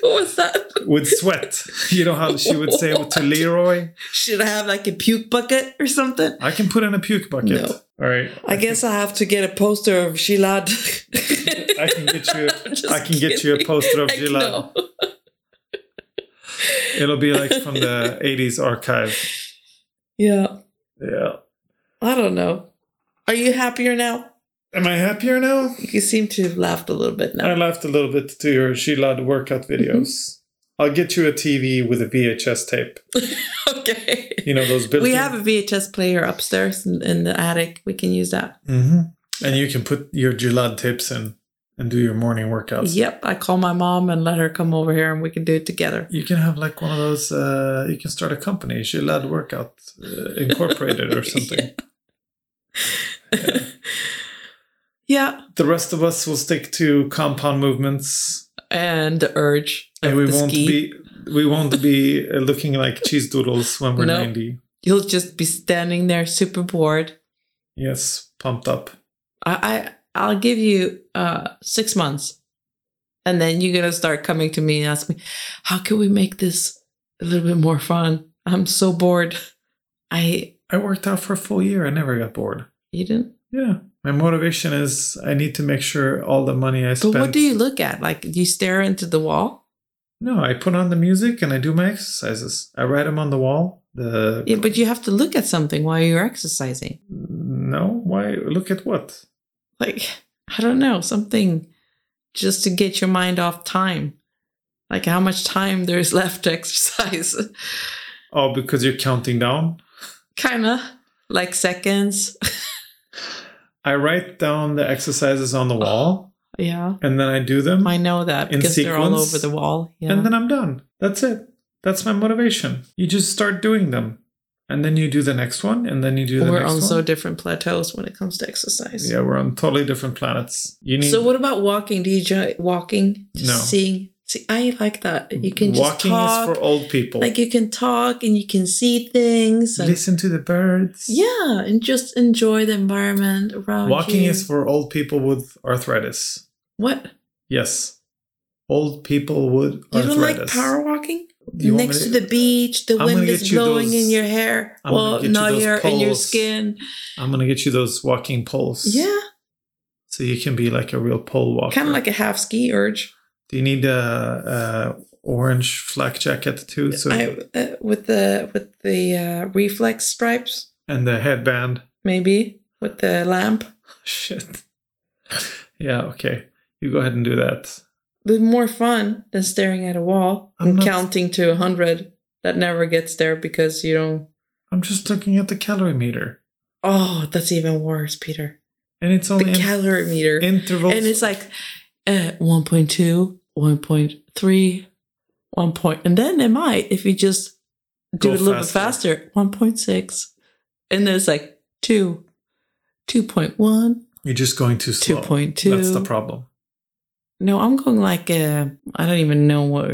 [SPEAKER 2] what was that?
[SPEAKER 1] with sweat. You know how she would say to Leroy,
[SPEAKER 2] Should I have like a puke bucket or something?
[SPEAKER 1] I can put in a puke bucket.
[SPEAKER 2] No.
[SPEAKER 1] All right.
[SPEAKER 2] I guess I have to get a poster of Gilad.
[SPEAKER 1] I can get you.
[SPEAKER 2] I'm [LAUGHS] just
[SPEAKER 1] I can get you a
[SPEAKER 2] kidding.
[SPEAKER 1] poster of
[SPEAKER 2] [LAUGHS] Heck
[SPEAKER 1] Gilad.
[SPEAKER 2] no.
[SPEAKER 1] It'll be like from
[SPEAKER 2] [LAUGHS]
[SPEAKER 1] the 80s archive.
[SPEAKER 2] Yeah,
[SPEAKER 1] Yeah.
[SPEAKER 2] I don't know. Are you happier now?
[SPEAKER 1] Am I happier now?
[SPEAKER 2] You seem to have laughed a little bit
[SPEAKER 1] I
[SPEAKER 2] now.
[SPEAKER 1] laughed a little bit to your She Loud workout
[SPEAKER 2] Mm-hmm.
[SPEAKER 1] videos. I'll get you a TV with a VHS tape.
[SPEAKER 2] [LAUGHS] Okay.
[SPEAKER 1] You know those.
[SPEAKER 2] We have a VHS player upstairs in, in the attic. We can use that.
[SPEAKER 1] hmm And you can put your Gilad tapes in and do your morning workouts.
[SPEAKER 2] Yep. I call my mom and let her come over here and we can do it together.
[SPEAKER 1] You can have like one of those. Uh, you can start a company, Gilad Workout uh,
[SPEAKER 2] [LAUGHS]
[SPEAKER 1] Incorporated, or something.
[SPEAKER 2] Yeah.
[SPEAKER 1] The rest of us will stick to compound movements,
[SPEAKER 2] And the urge.
[SPEAKER 1] and
[SPEAKER 2] of
[SPEAKER 1] we
[SPEAKER 2] the
[SPEAKER 1] won't
[SPEAKER 2] ski.
[SPEAKER 1] be we won't
[SPEAKER 2] [LAUGHS]
[SPEAKER 1] be uh, looking like cheese doodles when we're
[SPEAKER 2] No.
[SPEAKER 1] ninety.
[SPEAKER 2] You'll just be standing there super bored.
[SPEAKER 1] Yes, pumped up.
[SPEAKER 2] I, I I'll give you uh six months. And then you're gonna start coming to me and ask me, how can we make this a little bit more fun? I'm so bored. I
[SPEAKER 1] I worked out for a full year. I never got bored.
[SPEAKER 2] you didn't
[SPEAKER 1] Yeah, my motivation is I need to make sure all the money I
[SPEAKER 2] but
[SPEAKER 1] spend.
[SPEAKER 2] what do you look at? Like do you stare into the wall?
[SPEAKER 1] No, I put on the music and I do my exercises. I write them on the wall. The
[SPEAKER 2] Yeah, but you have to look at something while you're exercising.
[SPEAKER 1] no, why? Look at what?
[SPEAKER 2] Like, I don't know, something just to get your mind off time. Like how much time there's [LAUGHS] left to exercise.
[SPEAKER 1] Oh, because you're counting down.
[SPEAKER 2] Kinda. Like seconds.
[SPEAKER 1] I write down the exercises on the wall
[SPEAKER 2] yeah.
[SPEAKER 1] and then I do them
[SPEAKER 2] I know that
[SPEAKER 1] In
[SPEAKER 2] because they're all
[SPEAKER 1] sequence?
[SPEAKER 2] over the wall. Yeah.
[SPEAKER 1] and then I'm done. That's it. That's my motivation. You just start doing them, and then you do the next one, and then you do the
[SPEAKER 2] We're
[SPEAKER 1] next
[SPEAKER 2] on
[SPEAKER 1] one.
[SPEAKER 2] so different plateaus when it comes to exercise.
[SPEAKER 1] yeah, we're on totally different planets. You need
[SPEAKER 2] So what about walking? Do you enjoy walking? Just
[SPEAKER 1] No.
[SPEAKER 2] seeing. See, I like that. You can just
[SPEAKER 1] walking
[SPEAKER 2] talk.
[SPEAKER 1] is for old people.
[SPEAKER 2] like you can talk and you can see things. And,
[SPEAKER 1] Listen to the birds.
[SPEAKER 2] yeah, and just enjoy the environment around
[SPEAKER 1] Walking
[SPEAKER 2] you.
[SPEAKER 1] is for old people with arthritis.
[SPEAKER 2] what?
[SPEAKER 1] Yes. Old people with
[SPEAKER 2] You
[SPEAKER 1] arthritis.
[SPEAKER 2] don't like power walking?
[SPEAKER 1] Do Oh, you want
[SPEAKER 2] Next
[SPEAKER 1] me
[SPEAKER 2] to the beach, the
[SPEAKER 1] I'm gonna
[SPEAKER 2] wind
[SPEAKER 1] get
[SPEAKER 2] is
[SPEAKER 1] you
[SPEAKER 2] blowing
[SPEAKER 1] those-
[SPEAKER 2] in your hair.
[SPEAKER 1] I'm gonna
[SPEAKER 2] well,
[SPEAKER 1] get you
[SPEAKER 2] no,
[SPEAKER 1] those
[SPEAKER 2] your in your
[SPEAKER 1] poles.
[SPEAKER 2] skin.
[SPEAKER 1] I'm going to get you those walking poles.
[SPEAKER 2] Yeah,
[SPEAKER 1] So you can be like a real pole walker.
[SPEAKER 2] kind of like a half ski urge.
[SPEAKER 1] Do you need a, a orange flak jacket too? So
[SPEAKER 2] I, uh, with the with the uh, reflex stripes,
[SPEAKER 1] and the
[SPEAKER 2] [LAUGHS]
[SPEAKER 1] headband.
[SPEAKER 2] maybe with the lamp.
[SPEAKER 1] Shit. Yeah. Okay. You go ahead and do that.
[SPEAKER 2] It's more fun than staring at a wall
[SPEAKER 1] I'm
[SPEAKER 2] and
[SPEAKER 1] not-
[SPEAKER 2] counting to a hundred. That never gets there because you don't.
[SPEAKER 1] I'm just looking at the calorie meter,
[SPEAKER 2] Oh, that's even worse, Peter.
[SPEAKER 1] and it's
[SPEAKER 2] The
[SPEAKER 1] only in-
[SPEAKER 2] calorie meter,
[SPEAKER 1] intervals.
[SPEAKER 2] and it's like uh, 1.2, 1.3, 1. Point, and then it might if you just do
[SPEAKER 1] Go
[SPEAKER 2] it a little bit faster, 1.6, and then it's like two, 2.1.
[SPEAKER 1] You're just going too slow.
[SPEAKER 2] 2.2.
[SPEAKER 1] That's the problem.
[SPEAKER 2] No, I'm going like uh, I don't even know what,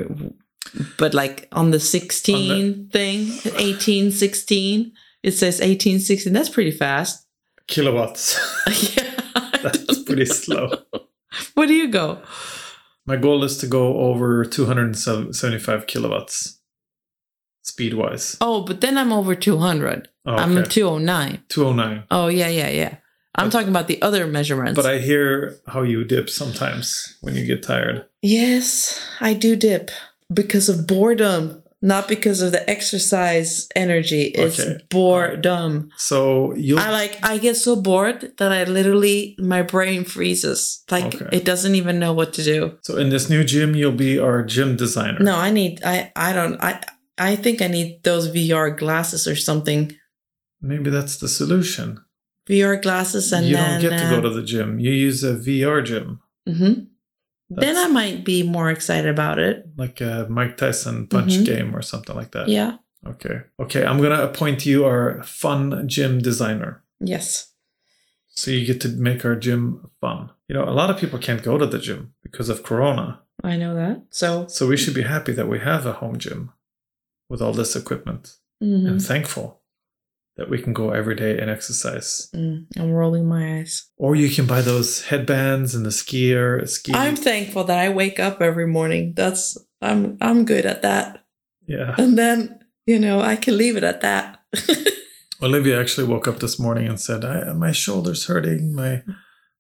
[SPEAKER 2] but like on the 16 thing, 18, 16, it says 18, 16. That's pretty fast. [LAUGHS]
[SPEAKER 1] Kilowatts. [LAUGHS]
[SPEAKER 2] yeah. I
[SPEAKER 1] That's
[SPEAKER 2] don't-
[SPEAKER 1] pretty slow.
[SPEAKER 2] Where do you go?
[SPEAKER 1] My goal is to go over 275 kilowatts speed wise.
[SPEAKER 2] Oh, but then I'm over 200.
[SPEAKER 1] Oh,
[SPEAKER 2] I'm a 209.
[SPEAKER 1] 209.
[SPEAKER 2] Oh, yeah, yeah, yeah. I'm
[SPEAKER 1] But-
[SPEAKER 2] talking about the other measurements.
[SPEAKER 1] But I hear how you dip sometimes when you get tired.
[SPEAKER 2] yes, I do dip because of boredom, not because of the exercise energy. It's
[SPEAKER 1] Okay.
[SPEAKER 2] boredom.
[SPEAKER 1] So you'll
[SPEAKER 2] I like I get so bored that I literally my brain freezes. Like
[SPEAKER 1] Okay.
[SPEAKER 2] it doesn't even know what to do.
[SPEAKER 1] so in this new gym you'll be our gym designer.
[SPEAKER 2] No, I need I I don't I I think I need those VR glasses or something.
[SPEAKER 1] Maybe that's the solution.
[SPEAKER 2] VR glasses and
[SPEAKER 1] you
[SPEAKER 2] then
[SPEAKER 1] don't get to
[SPEAKER 2] uh,
[SPEAKER 1] go to the gym. You use a VR gym,
[SPEAKER 2] mhm. Then
[SPEAKER 1] That's-
[SPEAKER 2] I might be more excited about it.
[SPEAKER 1] like a Mike Tyson punch
[SPEAKER 2] Mhm.
[SPEAKER 1] game or something like that.
[SPEAKER 2] Yeah.
[SPEAKER 1] Okay. Okay, I'm going to appoint you our fun gym designer.
[SPEAKER 2] Yes.
[SPEAKER 1] So you get to make our gym fun. You know, a lot of people can't go to the gym because of corona.
[SPEAKER 2] I know that. So
[SPEAKER 1] So we should be happy that we have a home gym with all this equipment
[SPEAKER 2] mhm.
[SPEAKER 1] and thankful that we can go every day and exercise.
[SPEAKER 2] Mm, I'm rolling my eyes.
[SPEAKER 1] Or you can buy those headbands and the skier, ski.
[SPEAKER 2] I'm thankful that I wake up every morning. That's I'm I'm good at that.
[SPEAKER 1] yeah.
[SPEAKER 2] And then, you know, I can leave it at that. [LAUGHS]
[SPEAKER 1] Olivia actually woke up this morning and said, I, "My shoulders hurting, my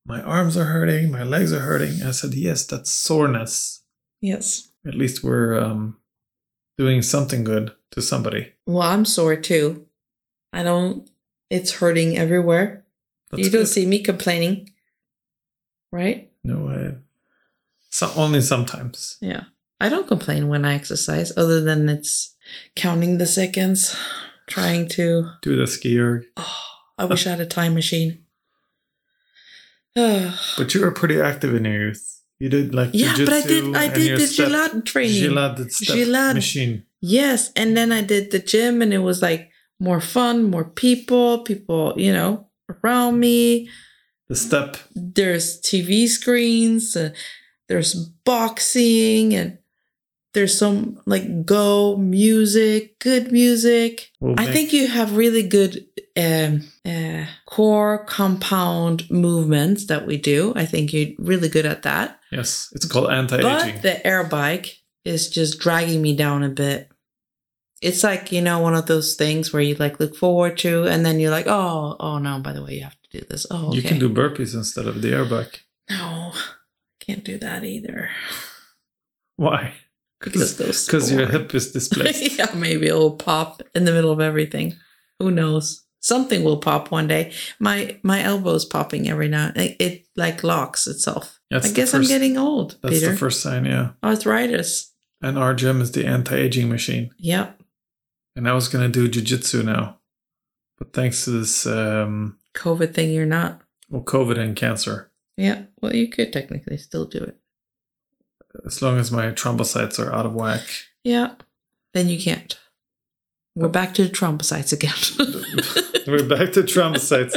[SPEAKER 1] my arms are hurting, my legs are hurting." I said, "Yes, that's soreness.
[SPEAKER 2] yes.
[SPEAKER 1] At least we're um, doing something good to somebody."
[SPEAKER 2] Well, I'm sore too. I don't, it's hurting everywhere.
[SPEAKER 1] That's
[SPEAKER 2] you don't
[SPEAKER 1] good.
[SPEAKER 2] see me complaining, right?
[SPEAKER 1] No way. So only sometimes.
[SPEAKER 2] Yeah. I don't complain when I exercise, other than it's counting the seconds, trying to. [SIGHS]
[SPEAKER 1] Do the skier.
[SPEAKER 2] Oh, I wish I had a time
[SPEAKER 1] [SIGHS]
[SPEAKER 2] machine. [SIGHS] Oh.
[SPEAKER 1] But you were pretty active in your youth. You did like
[SPEAKER 2] Yeah, but I did.
[SPEAKER 1] jujitsu
[SPEAKER 2] I
[SPEAKER 1] and
[SPEAKER 2] did
[SPEAKER 1] your
[SPEAKER 2] the
[SPEAKER 1] step-
[SPEAKER 2] Gillette training.
[SPEAKER 1] Gillette step
[SPEAKER 2] Gillette.
[SPEAKER 1] machine.
[SPEAKER 2] Yes, and then I did the gym, and it was like more fun, more people, people, you know, around me.
[SPEAKER 1] The step.
[SPEAKER 2] There's TV screens. Uh, there's boxing, and there's some like go music, good music.
[SPEAKER 1] will
[SPEAKER 2] I
[SPEAKER 1] make-
[SPEAKER 2] think you have really good um, uh, core compound movements that we do. I think you're really good at that.
[SPEAKER 1] Yes, it's called anti-aging.
[SPEAKER 2] But the air bike is just dragging me down a bit. It's like, you know, one of those things where you like look forward to and then you're like, oh, oh no, by the way, you have to do this. Oh, okay.
[SPEAKER 1] You can do burpees instead of the airbag.
[SPEAKER 2] No, can't do that either.
[SPEAKER 1] Why?
[SPEAKER 2] Because those.
[SPEAKER 1] Because your
[SPEAKER 2] four- [LAUGHS]
[SPEAKER 1] hip is displaced.
[SPEAKER 2] yeah, maybe it'll pop in the middle of everything. Who knows? Something will pop one day. My my elbow's popping every now. It, it like locks itself.
[SPEAKER 1] That's
[SPEAKER 2] I
[SPEAKER 1] the
[SPEAKER 2] guess i I'm
[SPEAKER 1] first-
[SPEAKER 2] getting old,
[SPEAKER 1] That's
[SPEAKER 2] Peter.
[SPEAKER 1] the first sign, yeah.
[SPEAKER 2] Arthritis.
[SPEAKER 1] And our gym is the anti-aging machine.
[SPEAKER 2] Yep.
[SPEAKER 1] And I was gonna do jujitsu now, but thanks to this, um,
[SPEAKER 2] COVID thing. You're not.
[SPEAKER 1] well, COVID and cancer.
[SPEAKER 2] Yeah. Well, you could technically still do it.
[SPEAKER 1] As long as my thrombocytes are out of whack,
[SPEAKER 2] [LAUGHS] Yeah. Then you can't. We're
[SPEAKER 1] Oh.
[SPEAKER 2] back to the thrombocytes
[SPEAKER 1] [LAUGHS]
[SPEAKER 2] [LAUGHS] again.
[SPEAKER 1] we're back to thrombocytes.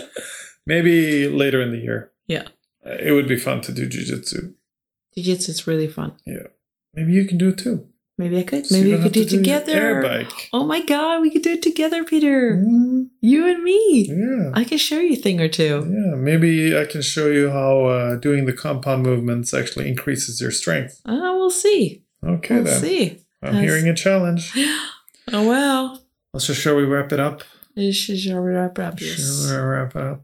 [SPEAKER 1] Maybe later in the year.
[SPEAKER 2] Yeah.
[SPEAKER 1] Uh, It would be fun to do jujitsu.
[SPEAKER 2] Jiu-jitsu is really fun.
[SPEAKER 1] Maybe you can do it too.
[SPEAKER 2] Maybe I could.
[SPEAKER 1] So you
[SPEAKER 2] Maybe
[SPEAKER 1] don't have
[SPEAKER 2] we could do
[SPEAKER 1] to
[SPEAKER 2] it
[SPEAKER 1] do your
[SPEAKER 2] together.
[SPEAKER 1] air bike.
[SPEAKER 2] Oh my god, we could do it together, Peter.
[SPEAKER 1] Mm,
[SPEAKER 2] You and me.
[SPEAKER 1] Yeah.
[SPEAKER 2] I can show you a thing or two.
[SPEAKER 1] Yeah, maybe I can show you how uh, doing the compound movements actually increases your strength.
[SPEAKER 2] Uh, we'll see.
[SPEAKER 1] Okay,
[SPEAKER 2] we'll
[SPEAKER 1] then.
[SPEAKER 2] see. [GASPS]
[SPEAKER 1] I'm
[SPEAKER 2] Nice.
[SPEAKER 1] hearing a challenge.
[SPEAKER 2] Oh well.
[SPEAKER 1] Let's just shall we wrap it up?
[SPEAKER 2] This is our wrap up. Yes.
[SPEAKER 1] Shall we wrap it up?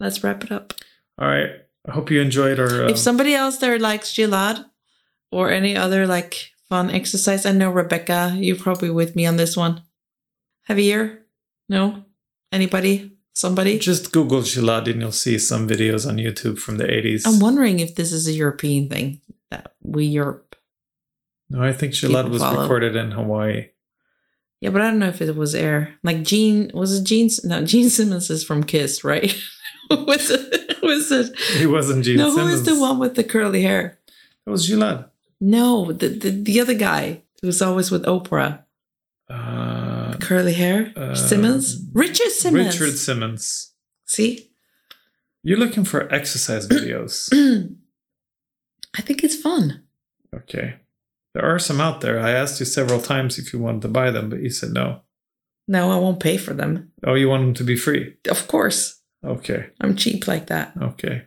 [SPEAKER 2] Let's wrap it up.
[SPEAKER 1] All right. I hope you enjoyed our. Um,
[SPEAKER 2] if somebody else there likes Gilad or any other like fun exercise, I know Rebecca, you're probably with me on this one. Javier? No? Anybody? Somebody?
[SPEAKER 1] just Google Gillad and you'll see some videos on YouTube from the 80s.
[SPEAKER 2] I'm wondering if this is a European thing that we Europe.
[SPEAKER 1] no, I think Gillad
[SPEAKER 2] People
[SPEAKER 1] was
[SPEAKER 2] follow.
[SPEAKER 1] recorded in Hawaii. [LAUGHS]
[SPEAKER 2] Yeah, but I don't know if it was air. Like Gene was it Gene? No, [LAUGHS] Gene Simmons is from Kiss, right? [LAUGHS] was it? Was it?
[SPEAKER 1] He wasn't Gene
[SPEAKER 2] no, who
[SPEAKER 1] Simmons.
[SPEAKER 2] is the one with the curly hair?
[SPEAKER 1] It was Gillad.
[SPEAKER 2] No, the the, the other guy who's always with Oprah,
[SPEAKER 1] Uh,
[SPEAKER 2] curly hair.
[SPEAKER 1] Uh,
[SPEAKER 2] Simmons, Richard Simmons.
[SPEAKER 1] Richard Simmons.
[SPEAKER 2] See, [CLEARS THROAT]
[SPEAKER 1] You're looking for exercise videos.
[SPEAKER 2] I think it's fun.
[SPEAKER 1] Okay. There are some out there. I asked you several times if you wanted to buy them, but you said no.
[SPEAKER 2] No, I won't pay for them.
[SPEAKER 1] Oh, you want them to be free?
[SPEAKER 2] Of course,
[SPEAKER 1] Okay.
[SPEAKER 2] I'm cheap like that.
[SPEAKER 1] Okay.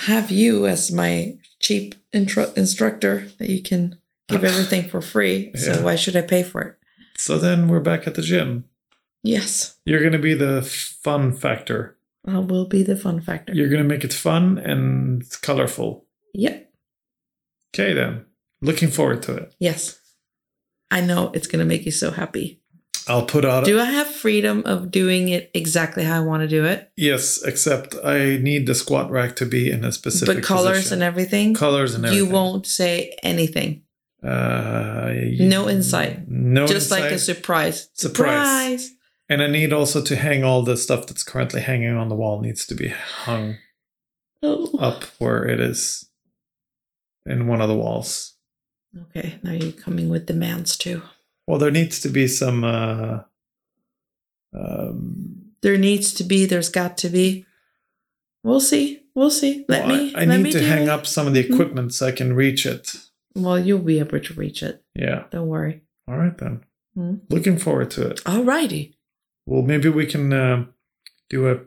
[SPEAKER 2] Have you as my cheap intro- instructor that you can give everything for free.
[SPEAKER 1] Ah. Yeah.
[SPEAKER 2] So why should I pay for it?
[SPEAKER 1] So then we're back at the gym.
[SPEAKER 2] Yes,
[SPEAKER 1] You're going to be the fun factor.
[SPEAKER 2] I will be the fun factor.
[SPEAKER 1] You're going to make it fun and colorful.
[SPEAKER 2] yep.
[SPEAKER 1] Okay, then. Looking forward to it.
[SPEAKER 2] Yes. I know it's going to make you so happy.
[SPEAKER 1] I'll put out.
[SPEAKER 2] Do I have freedom of doing it exactly how I want to do it?
[SPEAKER 1] yes, except I need the squat rack to be in a specific.
[SPEAKER 2] but colors and everything?
[SPEAKER 1] Colors and everything.
[SPEAKER 2] You won't say anything.
[SPEAKER 1] Uh,
[SPEAKER 2] No insight.
[SPEAKER 1] No
[SPEAKER 2] Just like a
[SPEAKER 1] insight.
[SPEAKER 2] surprise.
[SPEAKER 1] Surprise. And I need also to hang all the stuff that's currently hanging on the wall needs to be hung
[SPEAKER 2] Oh.
[SPEAKER 1] up where it is in one of the walls.
[SPEAKER 2] Okay, now you're coming with demands too.
[SPEAKER 1] Well, there needs to be some. Uh, um,
[SPEAKER 2] There needs to be, there's got to be. We'll see. We'll see. Let
[SPEAKER 1] well, I-
[SPEAKER 2] me
[SPEAKER 1] I,
[SPEAKER 2] let
[SPEAKER 1] need
[SPEAKER 2] me
[SPEAKER 1] to
[SPEAKER 2] do
[SPEAKER 1] hang
[SPEAKER 2] it. Hmm?
[SPEAKER 1] up some of the equipment so I can reach it.
[SPEAKER 2] Well, you'll be able to reach it.
[SPEAKER 1] Yeah.
[SPEAKER 2] Don't worry.
[SPEAKER 1] All right then.
[SPEAKER 2] Hmm.
[SPEAKER 1] Looking forward to it.
[SPEAKER 2] Alrighty.
[SPEAKER 1] Well, maybe we can uh, do a.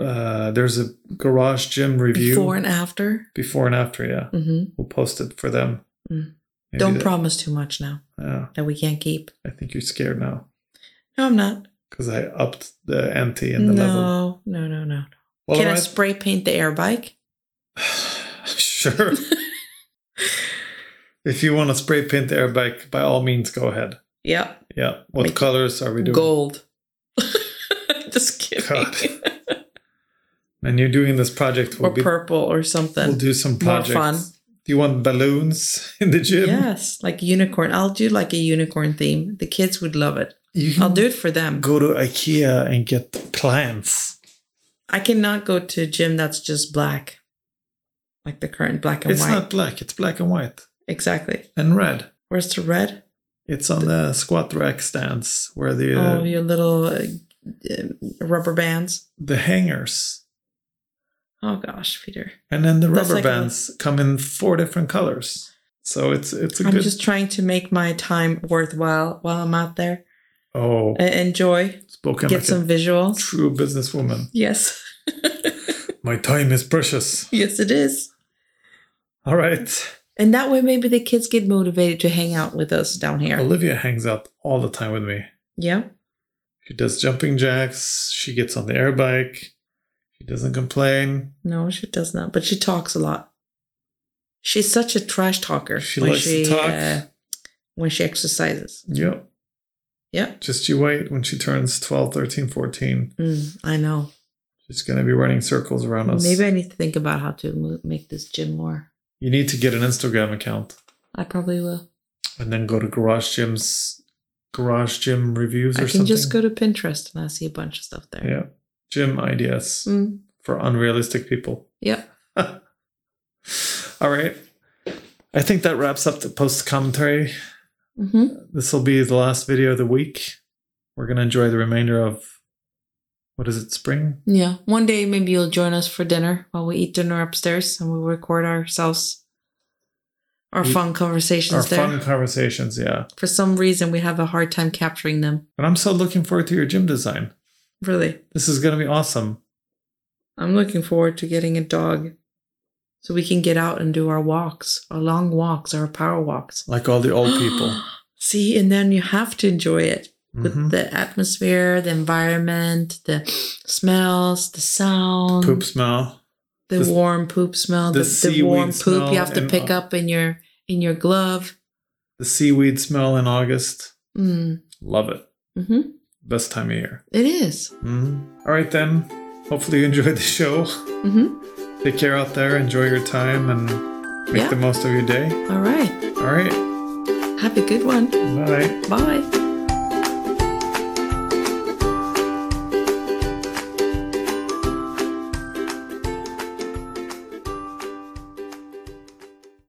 [SPEAKER 1] Uh, there's a garage gym review
[SPEAKER 2] Before and after.
[SPEAKER 1] Before and after. Yeah,
[SPEAKER 2] hmm
[SPEAKER 1] we'll post it for them.
[SPEAKER 2] Mm.
[SPEAKER 1] Maybe
[SPEAKER 2] Don't
[SPEAKER 1] that-
[SPEAKER 2] promise too much now
[SPEAKER 1] Yeah,
[SPEAKER 2] that we can't keep.
[SPEAKER 1] I think you're scared now.
[SPEAKER 2] No, I'm not.
[SPEAKER 1] because I upped the ante and
[SPEAKER 2] No,
[SPEAKER 1] the level.
[SPEAKER 2] no, no, no.
[SPEAKER 1] Well,
[SPEAKER 2] Can I
[SPEAKER 1] alright.
[SPEAKER 2] spray paint the air bike?
[SPEAKER 1] [LAUGHS]
[SPEAKER 2] [LAUGHS]
[SPEAKER 1] sure. if you want to spray paint the air bike, by all means, go ahead.
[SPEAKER 2] Yeah.
[SPEAKER 1] Yeah. What
[SPEAKER 2] Make- [LAUGHS]
[SPEAKER 1] colors are we doing?
[SPEAKER 2] Gold. Just kidding.
[SPEAKER 1] God. and you're doing this project. We'll,
[SPEAKER 2] or
[SPEAKER 1] be-
[SPEAKER 2] purple or something.
[SPEAKER 1] we'll do some
[SPEAKER 2] More
[SPEAKER 1] projects.
[SPEAKER 2] fun.
[SPEAKER 1] Do you want balloons [LAUGHS] in the gym?
[SPEAKER 2] Yes, like unicorn. I'll do like a unicorn theme. The kids would love it.
[SPEAKER 1] You can
[SPEAKER 2] I'll do it for them.
[SPEAKER 1] go to IKEA and get plants.
[SPEAKER 2] I cannot go to a gym that's just black, like the current black and
[SPEAKER 1] It's
[SPEAKER 2] white.
[SPEAKER 1] not black. It's black and white
[SPEAKER 2] exactly.
[SPEAKER 1] and red.
[SPEAKER 2] Where's the red?
[SPEAKER 1] It's on the squat rack stands where the
[SPEAKER 2] Oh,
[SPEAKER 1] uh,
[SPEAKER 2] your little uh, uh, rubber bands.
[SPEAKER 1] the hangers
[SPEAKER 2] Oh gosh, Peter.
[SPEAKER 1] and then the
[SPEAKER 2] That's
[SPEAKER 1] rubber
[SPEAKER 2] like a-
[SPEAKER 1] bands come in four different colors. So it's it's a
[SPEAKER 2] I'm
[SPEAKER 1] good
[SPEAKER 2] just trying to make my time worthwhile while I'm out there.
[SPEAKER 1] oh
[SPEAKER 2] Uh, enjoy,
[SPEAKER 1] spoken
[SPEAKER 2] get
[SPEAKER 1] like
[SPEAKER 2] some
[SPEAKER 1] a
[SPEAKER 2] visuals.
[SPEAKER 1] true businesswoman.
[SPEAKER 2] Yes, [LAUGHS]
[SPEAKER 1] My time is precious.
[SPEAKER 2] yes, it is.
[SPEAKER 1] All right,
[SPEAKER 2] And that way, maybe the kids get motivated to hang out with us down here.
[SPEAKER 1] Olivia hangs out all the time with me.
[SPEAKER 2] Yeah.
[SPEAKER 1] She does jumping jacks. She gets on the air bike. She doesn't complain.
[SPEAKER 2] No, she does not. But she talks a lot. She's such a trash talker. uh,
[SPEAKER 1] She likes to talk.
[SPEAKER 2] when she exercises.
[SPEAKER 1] Yep.
[SPEAKER 2] Yeah.
[SPEAKER 1] Just you wait when she turns 12, 13, 14.
[SPEAKER 2] Mm, I know.
[SPEAKER 1] She's going to be running circles around us.
[SPEAKER 2] Maybe I need to think about how to mo- make this gym more.
[SPEAKER 1] You need to get an Instagram account
[SPEAKER 2] I probably will.
[SPEAKER 1] and then go to Garage Gym's Garage Gym
[SPEAKER 2] I
[SPEAKER 1] reviews or
[SPEAKER 2] can
[SPEAKER 1] something.
[SPEAKER 2] just go to Pinterest and I see a bunch of stuff there.
[SPEAKER 1] Yeah. Gym ideas
[SPEAKER 2] Mm,
[SPEAKER 1] for unrealistic people.
[SPEAKER 2] yep.
[SPEAKER 1] All right. I think that wraps up the post commentary.
[SPEAKER 2] hmm
[SPEAKER 1] This will be the last video of the week. We're going to enjoy the remainder of what is it, spring?
[SPEAKER 2] Yeah. One day maybe you'll join us for dinner while we eat dinner upstairs and we'll record ourselves our
[SPEAKER 1] We-
[SPEAKER 2] fun
[SPEAKER 1] Our
[SPEAKER 2] conversations there.
[SPEAKER 1] fun conversations. Yeah.
[SPEAKER 2] For some reason, we have a hard time capturing them.
[SPEAKER 1] And I'm so looking forward to your gym design.
[SPEAKER 2] Really.
[SPEAKER 1] This is going to be awesome.
[SPEAKER 2] I'm looking forward to getting a dog so we can get out and do our walks, our long walks, our power walks.
[SPEAKER 1] Like all the old
[SPEAKER 2] [GASPS]
[SPEAKER 1] people.
[SPEAKER 2] See, and then you have to enjoy it with
[SPEAKER 1] Mhm.
[SPEAKER 2] the atmosphere, the environment, the smells, the sound,
[SPEAKER 1] Poop smell.
[SPEAKER 2] the
[SPEAKER 1] the-
[SPEAKER 2] warm poop smell,
[SPEAKER 1] the
[SPEAKER 2] the, the, warm
[SPEAKER 1] seaweed
[SPEAKER 2] poop
[SPEAKER 1] smell
[SPEAKER 2] you have to
[SPEAKER 1] and uh,
[SPEAKER 2] pick
[SPEAKER 1] all-
[SPEAKER 2] up in your in your glove.
[SPEAKER 1] The seaweed smell in August.
[SPEAKER 2] Mm.
[SPEAKER 1] Love it.
[SPEAKER 2] hmm
[SPEAKER 1] Best time of year.
[SPEAKER 2] It is.
[SPEAKER 1] Mhm. All right, then. Hopefully, you enjoyed the show.
[SPEAKER 2] Mhm.
[SPEAKER 1] Take care out there. Enjoy your time and make
[SPEAKER 2] Yeah.
[SPEAKER 1] the most of your day.
[SPEAKER 2] All right.
[SPEAKER 1] All right.
[SPEAKER 2] Have a good one.
[SPEAKER 1] Bye.
[SPEAKER 2] Bye.